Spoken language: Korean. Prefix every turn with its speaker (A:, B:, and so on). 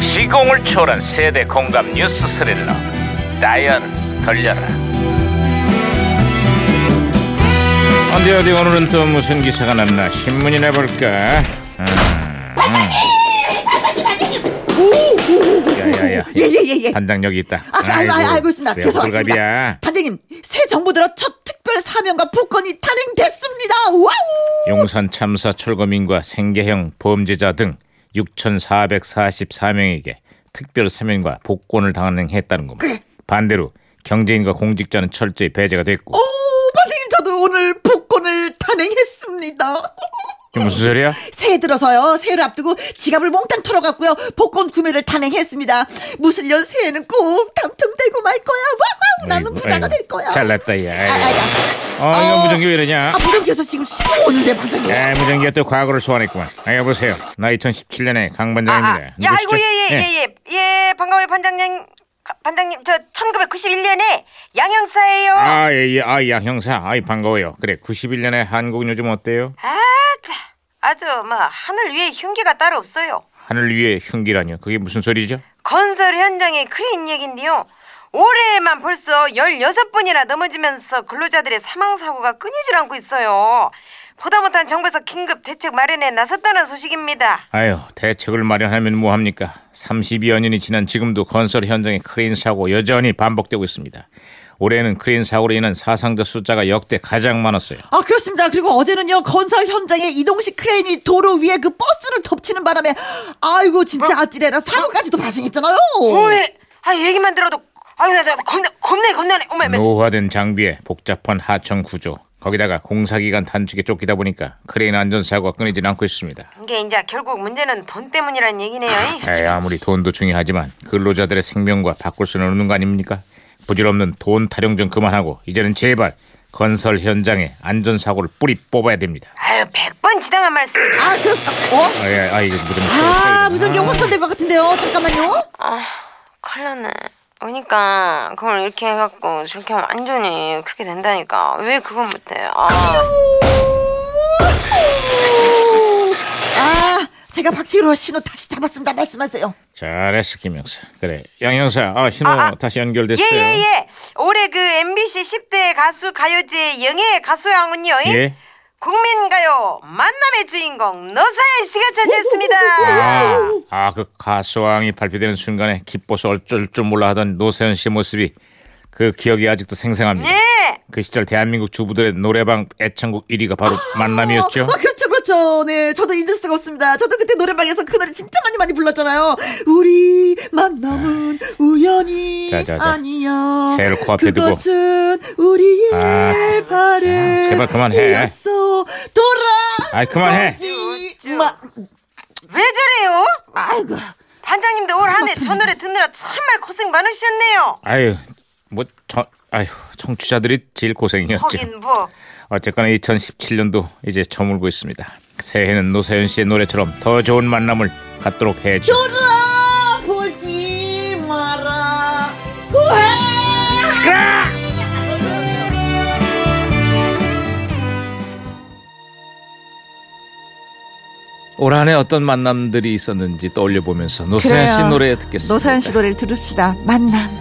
A: 시공을 초월한 세대 공감 뉴스 스릴러 다이얼 돌려라 어디 어디 오늘은 또 무슨 기사가 났나 신문이나 볼까 야야야
B: 예예예예.
A: 반장 여기 있다
B: 아, 아, 아, 아, 알고 있습니다.
A: 왜
B: 죄송합니다.
A: 호들갑이야
B: 반장님, 새 정부 들어 첫 특별 사면과 복권이 단행됐습니다. 와우!
A: 용산 참사 철거민과 생계형 범죄자 등 6,444명에게 특별 사면과 복권을 단행했다는 겁니다. 반대로 경제인과 공직자는 철저히 배제가 됐고
B: 오, 반장님 저도 오늘 복권을 단행했습니다.
A: 이게 무슨 소리야?
B: 새해 들어서요. 새해를 앞두고 지갑을 몽땅 털어갔고요. 복권 구매를 단행했습니다. 무술년 새해는 꼭 당첨되고 말 거야. 와우! 나는
A: 아이고,
B: 부자가
A: 아이고.
B: 될 거야.
A: 잘났다 야.
B: 아, 아, 아.
A: 어 이거
B: 어.
A: 무전기 왜 이러냐?
B: 아, 무전기에서 지금 신호 오는데 반장님.
A: 야 무전기가 또 과거를 소환했구만. 아 여보세요. 나 2017년에 강 반장입니다.
C: 야,
A: 누구시죠?
C: 아, 아이고 예예예
A: 예.
C: 예, 예, 예. 반가워요 반장님. 가- 반장님 저 1991년에 양형사예요. 아,
A: 아, 예, 예. 아, 양 형사. 아이, 반가워요. 그래, 91년에 한국은 요즘 어때요?
C: 아, 아주 막 하늘 위에 흉기가 따로 없어요.
A: 하늘 위에 흉기라뇨. 그게 무슨 소리죠?
C: 건설 현장의 크린 얘긴데요. 올해에만 벌써 16번이나 넘어지면서 근로자들의 사망 사고가 끊이질 않고 있어요. 보다 못한 정부에서 긴급 대책 마련에 나섰다는 소식입니다.
A: 아유 대책을 마련하면 뭐합니까 32여 년이 지난 지금도 건설 현장의 크레인 사고 여전히 반복되고 있습니다 올해는 크레인 사고로 인한 사상자 숫자가 역대 가장 많았어요
B: 아 그렇습니다. 그리고 어제는요 건설 현장에 이동식 크레인이 도로 위에 그 버스를 덮치는 바람에 아이고 진짜 아찔해라 사고까지도 발생했잖아요.
C: 오메, 아 얘기만 들어도 아유 나, 나 겁나 겁나 겁나네. 오메, 오메.
A: 노화된 장비에 복잡한 하청 구조 거기다가 공사기간 단축에 쫓기다 보니까 크레인 안전사고가 끊이질 않고 있습니다
C: 이게 이제 결국 문제는 돈 때문이란 얘기네요. 이.
A: 에이, 아무리 돈도 중요하지만 근로자들의 생명과 바꿀 수는 없는 거 아닙니까 부질없는 돈 타령 좀 그만하고 이제는 제발 건설 현장의 안전사고를 뿌리 뽑아야 됩니다
C: 아유 백 번 지당한 말씀.
B: 아 그렇습니다. 어?
A: 아, 예, 아 이거 무전기
B: 아 무전기 혼선된 것 같은데요. 잠깐만요.
C: 아 큰일났네. 그러니까 그걸 이렇게 해갖고 저렇게 하면 완전히 그렇게 된다니까 왜 그건 못해? 아
B: 오, 아 제가 박치기로 신호 다시 잡았습니다. 말씀하세요.
A: 잘했어 김 형사 그래 양 형사 아 신호
C: 아, 아.
A: 다시 연결됐어요
C: 예예예. 올해 그 MBC 10대 가수 가요제 영예 가수왕은요. 이
A: 예?
C: 국민가요 만남의 주인공 노사연 씨가 차지했습니다.
A: 아그 가수왕이 발표되는 순간에 기뻐서 어쩔 줄 몰라 하던 노세현 씨 모습이 그 기억이 아직도 생생합니다
C: 예.
A: 그 시절 대한민국 주부들의 노래방 애창곡 1위가 바로 만남이었죠
B: 어, 아, 그렇죠, 그렇죠. 네, 저도 잊을 수가 없습니다. 저도 그때 노래방에서 그 노래 진짜 많이 많이 불렀잖아요. 우리 만남은 우연이
A: 아. 자, 자, 자.
B: 아니야.
A: 새해를 코앞에 두고.
B: 그것은 우리의
A: 아,
B: 바램.
A: 자, 제발 그만해.
B: 돌아.
A: 아이 그만해
B: 마,
C: 왜 저래요?
B: 아이고.
C: 반장님도 올 한해 저 노래 듣느라 참말 고생 많으셨네요.
A: 아유 뭐 저 아유 청취자들이 제일 고생이었죠
C: 거긴 뭐.
A: 어쨌거나 2017년도 이제 저물고 있습니다 새해는 노세현 씨의 노래처럼 더 좋은 만남을 갖도록 해야죠
B: 돌아 보지 마라. 후회.
D: 올 한해 어떤 만남들이 있었는지 떠올려 보면서 노사연 씨
B: 그래요.
D: 노래 듣겠습니다.
B: 노사연 씨 노래를 들읍시다. 만남.